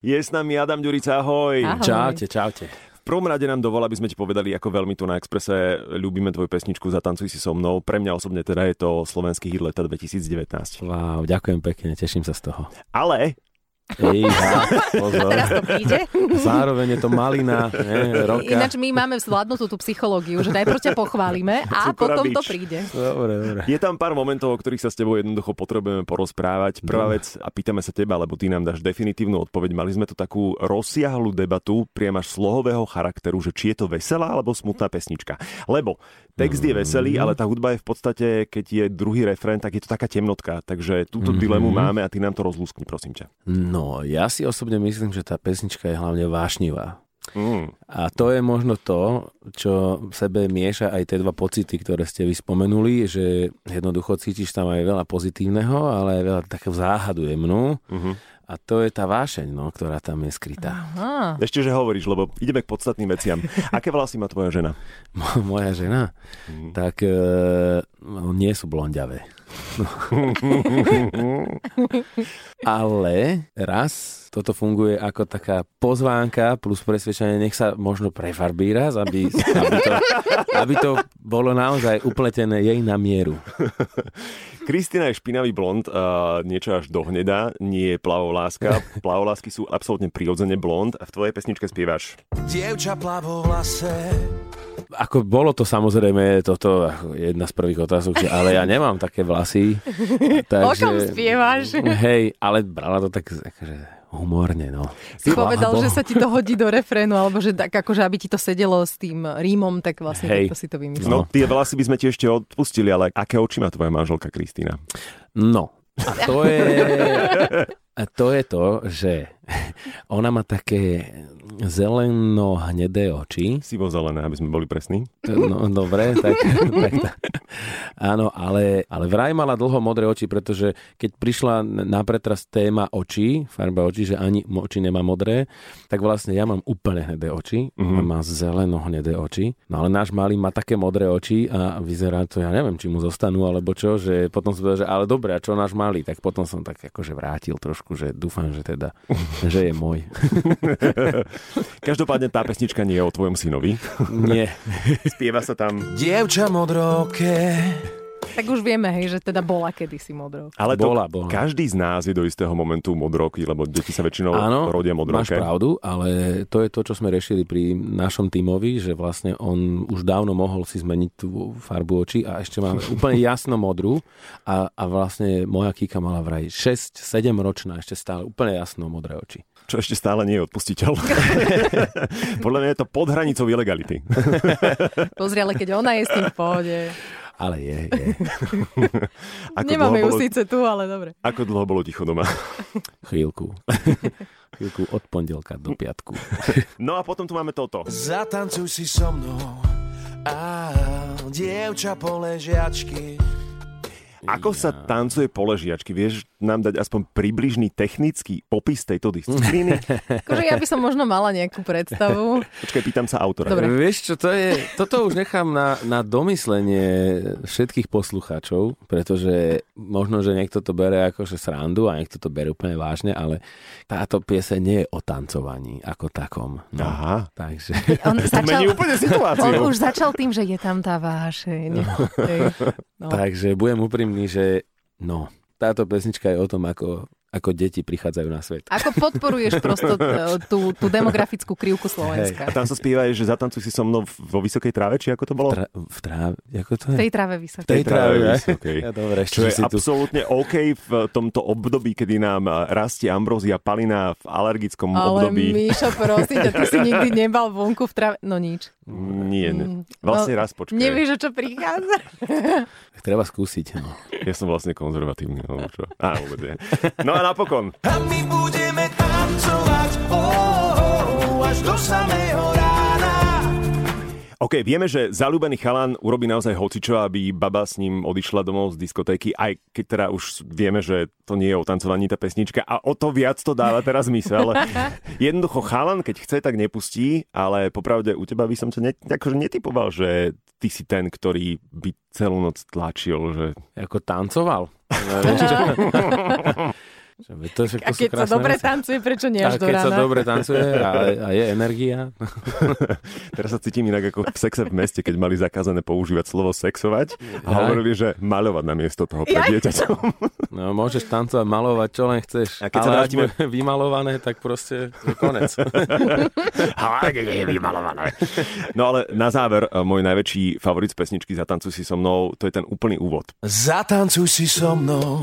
Je s nami Adam Ďurica, ahoj. Ahoj. Čaute, čaute. V prvom rade nám dovol, aby sme ti povedali, ako veľmi tu na Exprese ľúbime tvoju pesničku Zatancuj si so mnou. Pre mňa osobne teda je to slovenský hit leta 2019. Wow, ďakujem pekne, teším sa z toho. Ale Ejha, pozor. Teraz to príde. Zároveň je to malina, ne, roka. Ináč my máme zvládnutú tú psychológiu, že najprv ťa pochválime a Cukora potom to bič. príde. Dobre, dobre. je tam pár momentov, o ktorých sa s tebou jednoducho potrebujeme porozprávať. Prvá vec, a pýtame sa teba, lebo ty nám dáš definitívnu odpoveď. Mali sme tu takú rozsiahlu debatu, priam až slohového charakteru, že či je to veselá alebo smutná pesnička. Lebo text je veselý, ale tá hudba je v podstate, keď je druhý refrén, tak je to taká temnotka. Takže túto dilemu máme a ty nám to rozlúskni, prosím ťa. No, ja si osobne myslím, že tá pesnička je hlavne vášnivá. Mm. A to je možno to, čo v sebe mieša aj tie dva pocity, ktoré ste vy spomenuli, že jednoducho cítiš tam aj veľa pozitívneho, ale aj veľa takého záhadu jemnú. Mhm. A to je tá vášeň, no, ktorá tam je skrytá. Aha. Ešte, že hovoríš, lebo ideme k podstatným veciam. Aké vlasy má tvoja žena? Mo- Moja žena, Mhm. tak e, no, nie sú blondiavé. Ale raz toto funguje ako taká pozvánka plus presvedčenie, nech sa možno prefarbí raz, aby, aby, to, aby to bolo naozaj upletené jej na mieru. Kristina je špinavý blond, uh, niečo až do hneda, nie je plavoláska. Plavolásky sú absolútne prirodzene blond a v tvojej pesničke spievaš. Dievča plavolase Ako bolo to samozrejme toto ako jedna z prvých otázok, že ale ja nemám také vlasy. O čom spievaš? Hej, ale brala to tak akože humorne, no. Si Chvála povedal, Bohu. že sa ti to hodí do refrénu, alebo že tak akože aby ti to sedelo s tým rímom, tak vlastne Hej. takto si to vymyslel. No, No. tie vlasy by sme ti ešte odpustili, ale aké oči má tvoja manželka Kristína? No, a to je... A to je to, že ona má také zeleno-hnedé oči. Sivo-zelené, aby sme boli presní. No, dobre, tak, tak, tak. Áno, ale, ale vraj mala dlho modré oči, pretože keď prišla na pretras téma očí, farba očí, že ani mo- oči nemá modré, tak vlastne ja mám úplne hnedé oči, Mhm. mm-hmm. má zeleno hnedé oči, no ale náš malý má také modré oči a vyzerá to, ja neviem, či mu zostanú alebo čo, že potom som povedal, že ale dobre, a čo náš malý, tak potom som tak akože vrátil trošku, že dúfam, že teda, že je môj. Každopádne tá pesnička nie je o tvojom synovi. Nie. Spieva sa tam. Dievča modroké Tak už vieme, hej, že teda bola kedysi modrou. Ale to, Bola, bola. každý z nás je do istého momentu modroky, lebo deti sa väčšinou Áno, rodia máš modroké. pravdu, ale to je to, čo sme riešili pri našom tímovi, že vlastne on už dávno mohol si zmeniť tú farbu očí a ešte mám úplne jasno modrú a, a vlastne moja kýka mala vraj 6-7 ročná, ešte stále úplne jasno modré oči. Čo ešte stále nie je odpustiteľ. Podľa mňa je to pod hranicou ilegality. Pozri, ale keď ona je s tým v pohode. Ale je, je. Nemáme dlho ju bolo, síce tu, ale dobre. ako dlho bolo ticho doma? Chvíľku. Chvíľku od pondelka do piatku. No a potom tu máme toto. Zatancuj si so mnou a dievča poležiačky Ako sa tancuje poležiačky? Vieš nám dať aspoň približný technický popis tejto disciplíny? Akože ja by som možno mala nejakú predstavu. Počkaj, pýtam sa autora. Dobre. Vieš čo, to je, toto už nechám na, na domyslenie všetkých poslucháčov, pretože možno, že niekto to bere ako že srandu a niekto to bere úplne vážne, ale táto pieseň nie je o tancovaní ako takom. No, Aha. takže On To mení úplne situáciu. on už začal tým, že je tam tá vášeň. Hej. No. Takže budem úprimný, že no, táto pesnička je o tom, ako, ako deti prichádzajú na svet. Ako podporuješ prosto t- tú, tú demografickú krivku A Slovenska? tam sa spieva, že zatancuj si so mnou vo vysokej tráve, či ako to bolo? Tra, v tráve, ako to V je? tej tráve vysoké. tej tráve ne? vysokej. Ja, dobre, ešte, Čo že je si tu absolútne OK v tomto období, kedy nám eh, rastie ambrózia palina v alergickom Ale období. Míšo, prosím ťa, ty si nikdy nebal vonku v tráve. No nič. Nie, ne. Vlastne No, raz počkaj. Nevieš, o čo prichádza? treba skúsiť. No. Ja som vlastne konzervatívny. Alebo čo? Á, vôbec nie. No a napokon. A my budeme tancovať oh, oh, až do samého rána OK, vieme, že zalúbený chalan urobí naozaj hocičo, aby baba s ním odišla domov z diskotéky, aj keď teda už vieme, že to nie je o tancovaní tá pesnička a o to viac to dáva teraz mysel. Jednoducho chalan, keď chce, tak nepustí, ale popravde u teba by som to ne, akože netypoval, že ty si ten, ktorý by celú noc tlačil, že Ako tancoval. Že veď To, však A to sú keď sa krásne dobre veci. tancuje, prečo nie a až do keď sa rána? dobre tancuje a, a je energia. Teraz sa cítim inak ako v sexe v meste, keď mali zakázané používať slovo sexovať a hovorili, že maľovať na miesto toho pred Jaj. dieťaťom. No, môžeš tancovať, malovať, čo len chceš. A keď sa Ale ak vrátime- bude vymalované, tak proste je konec. No ale na záver, e, môj najväčší favorit z pesničky Zatancuj si so mnou, to je ten úplný úvod. Zatancuj si so mnou.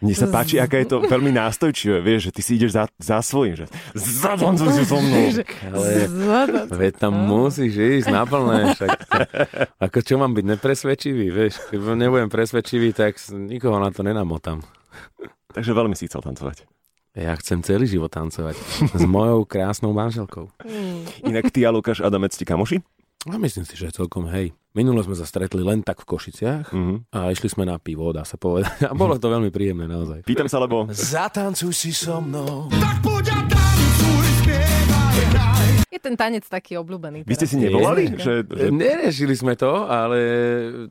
Mne sa páči, aké je to veľmi nástojčivé, vieš, že ty si ideš za, za svojím, že zatancuj si so mnou. Že- Ale- Zlato. Veď tam No. musíš ísť naplné. Však. Ako čo mám byť nepresvedčivý, vieš? Keď nebudem presvedčivý, tak s- nikoho na to nenamotám. Takže veľmi si chcel tancovať. Ja chcem celý život tancovať s mojou krásnou manželkou. Inak ty a Lukáš Adamec ti kamoši? A myslím si, že je celkom hej. Minulo sme sa stretli len tak v Košiciach Mhm. a išli sme na pivo, dá sa povedať. A bolo to veľmi príjemné naozaj. Pýtam sa, lebo Zatancuj si so mnou. Je ten tanec taký obľúbený. vy ste teraz. si nevolali? Že, že... E, Neriešili sme to, ale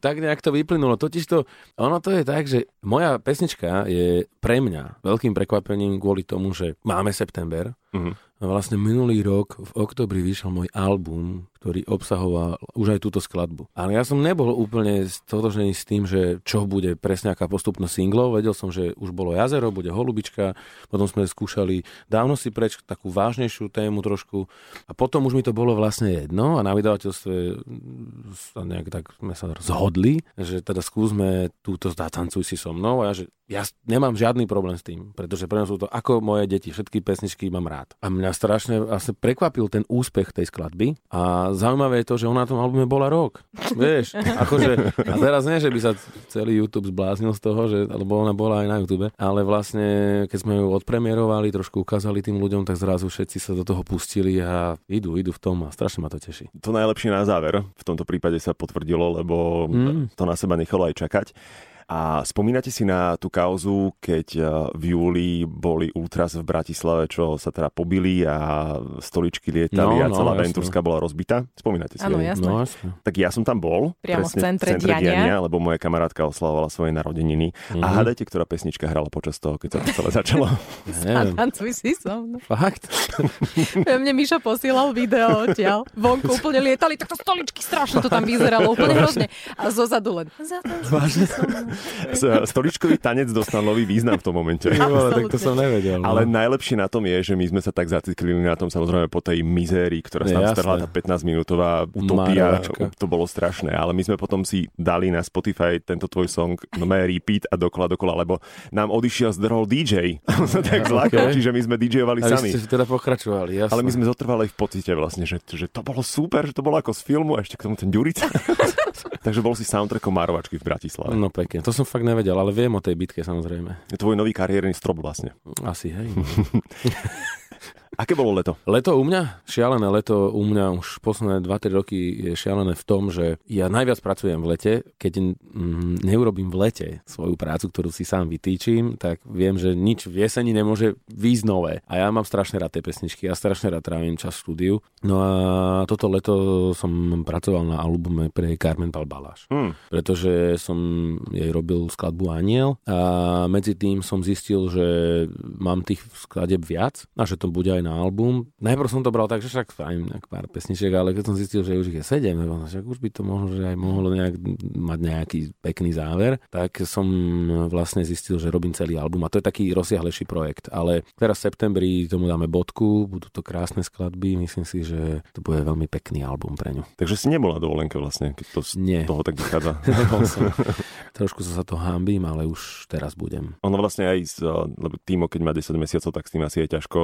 tak nejak to vyplynulo. Totiž to, ono to je tak, že moja pesnička je pre mňa veľkým prekvapením kvôli tomu, že máme september. Mhm. A vlastne minulý rok v oktobri vyšiel môj album, ktorý obsahoval už aj túto skladbu. Ale ja som nebol úplne stotožnený s tým, že čo bude presne aká postupnosť singlov. Vedel som, že už bolo jazero, bude holubička, potom sme skúšali dávno si preč takú vážnejšiu tému trošku a potom už mi to bolo vlastne jedno a na vydavateľstve sa nejak tak sme sa zhodli, že teda skúsme túto zatancuj si so mnou a ja, že ja s- nemám žiadny problém s tým, pretože pre mňa sú to ako moje deti, všetky pesničky mám rád. A mňa strašne vlastne prekvapil ten úspech tej skladby a zaujímavé je to, že ona na tom albume bola rok. Vieš, akože, a teraz nie, že by sa celý YouTube zbláznil z toho, že, lebo ona bola aj na YouTube, ale vlastne, keď sme ju odpremierovali, trošku ukázali tým ľuďom, tak zrazu všetci sa do toho pustili a idú, idú v tom a strašne ma to teší. To najlepšie na záver, v tomto prípade sa potvrdilo, lebo Mm. to na seba nechalo aj čakať. A spomínate si na tú kauzu, keď eh, v júli boli Ultras v Bratislave, čo sa teda pobili a stoličky lietali No, a no, celá jasné. Venturská bola rozbitá? Spomínate si? Áno, hej? jasné. No, jasne. Tak ja som tam bol. Priamo v centre diania. lebo moja kamarátka oslavovala svoje narodeniny. Mhm. A hádajte, ktorá pesnička hrala počas toho, keď sa to celé začalo. Neviem. Tancuj si so mnou. Fakt? Mne Mišo posielal video odtiaľ. Vonku úplne lietali, tak to stoličky strašne to tam vyzeralo, úplne hrozne. A zozadu len. S- Stoličkový tanec dostal nový význam v tom momente. Ty vole, Absolútne. tak to som nevedel. no. Ale najlepšie na tom je, že my sme sa tak zaciklili na tom samozrejme po tej mizérii, ktorá sa Je tam No, jasné. strhla, tá 15-minútová utopia, Marovačka. to bolo strašné, ale my sme potom si dali na Spotify tento tvoj song, no mé repeat a dokola dokola, lebo nám odišiel zdrhol DJ, On sa tak zlákol, okay. čiže my sme DJovali A vy sami. ste teda pokračovali, jasne. Ale my sme zotrvali v pocite vlastne, že, že to bolo super, že to bolo ako z filmu a ešte k tomu ten Ďurica. Takže bol si soundtrackom Marovačky v Bratislave. No pekne, to som fakt nevedel, ale viem o tej bitke samozrejme. Tvoj nový kariérny strop vlastne. Asi, hej. Aké bolo leto? Leto u mňa? Šialené leto u mňa už posledné 2-3 roky je šialené v tom, že ja najviac pracujem v lete. Keď mm, neurobím v lete svoju prácu, ktorú si sám vytýčim, tak viem, že nič v jeseni nemôže výjsť nové. A ja mám strašne rád tie pesničky, ja strašne rád trávim čas v štúdiu. No a toto leto som pracoval na albume pre Carmen Balbaláš Hm. pretože som jej robil skladbu Aniel a medzi tým som zistil, že mám tých skladeb viac a že to bude aj na album. Najprv som to bral tak, že však spravím nejak pár pesničiek, ale keď som zistil, že už ich je sedem, tak som, však už by to možno, že aj mohlo nejak mať nejaký pekný záver, tak som vlastne zistil, že robím celý album a to je taký rozsiahlejší projekt, ale teraz v septembri tomu dáme bodku, budú to krásne skladby, myslím si, že to bude veľmi pekný album pre ňu. Takže si nebola na dovolenke vlastne, keď to z Nie. toho tak vychádza. Nebol som. Trošku sa za to hámbim, ale už teraz budem. Ono vlastne aj s, eh, lebo Timo, keď má 10 mesiacov, tak s tým asi je ťažko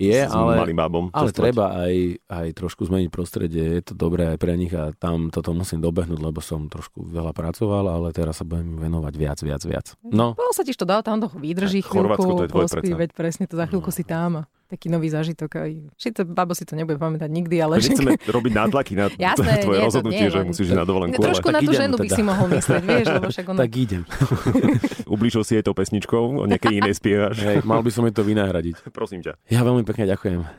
Je, s ale- malým bábom. Ale cestovať. treba aj, aj trošku zmeniť prostredie, je to dobré aj pre nich a tam toto musím dobehnúť, lebo som trošku veľa pracoval, ale teraz sa budem venovať viac, viac, viac. No, Bolo sa ti to dal, tam to vydrží Tak, Chorvátsko, chvíľku, to je Mhm. tvoje pospí, predsa. veď presne to za chvíľku si tam. Taký nový zážitok. Aj. Všetko, babo si to nebude pamätať nikdy, ale... Takže nechceme robiť nátlaky na Jasné, tvoje nie, to rozhodnutie, nie, že len- musíš ísť na dovolenku. Trošku Ale na tak tú idem ženu by teda. si mohol myslieť, vieš, lebo však ono... tak idem. ublížil si jej tou pesničkou, o nejakej inej spievaš. Hej, mal by som jej to vynahradiť. Prosím ťa. Ja veľmi pekne ďakujem.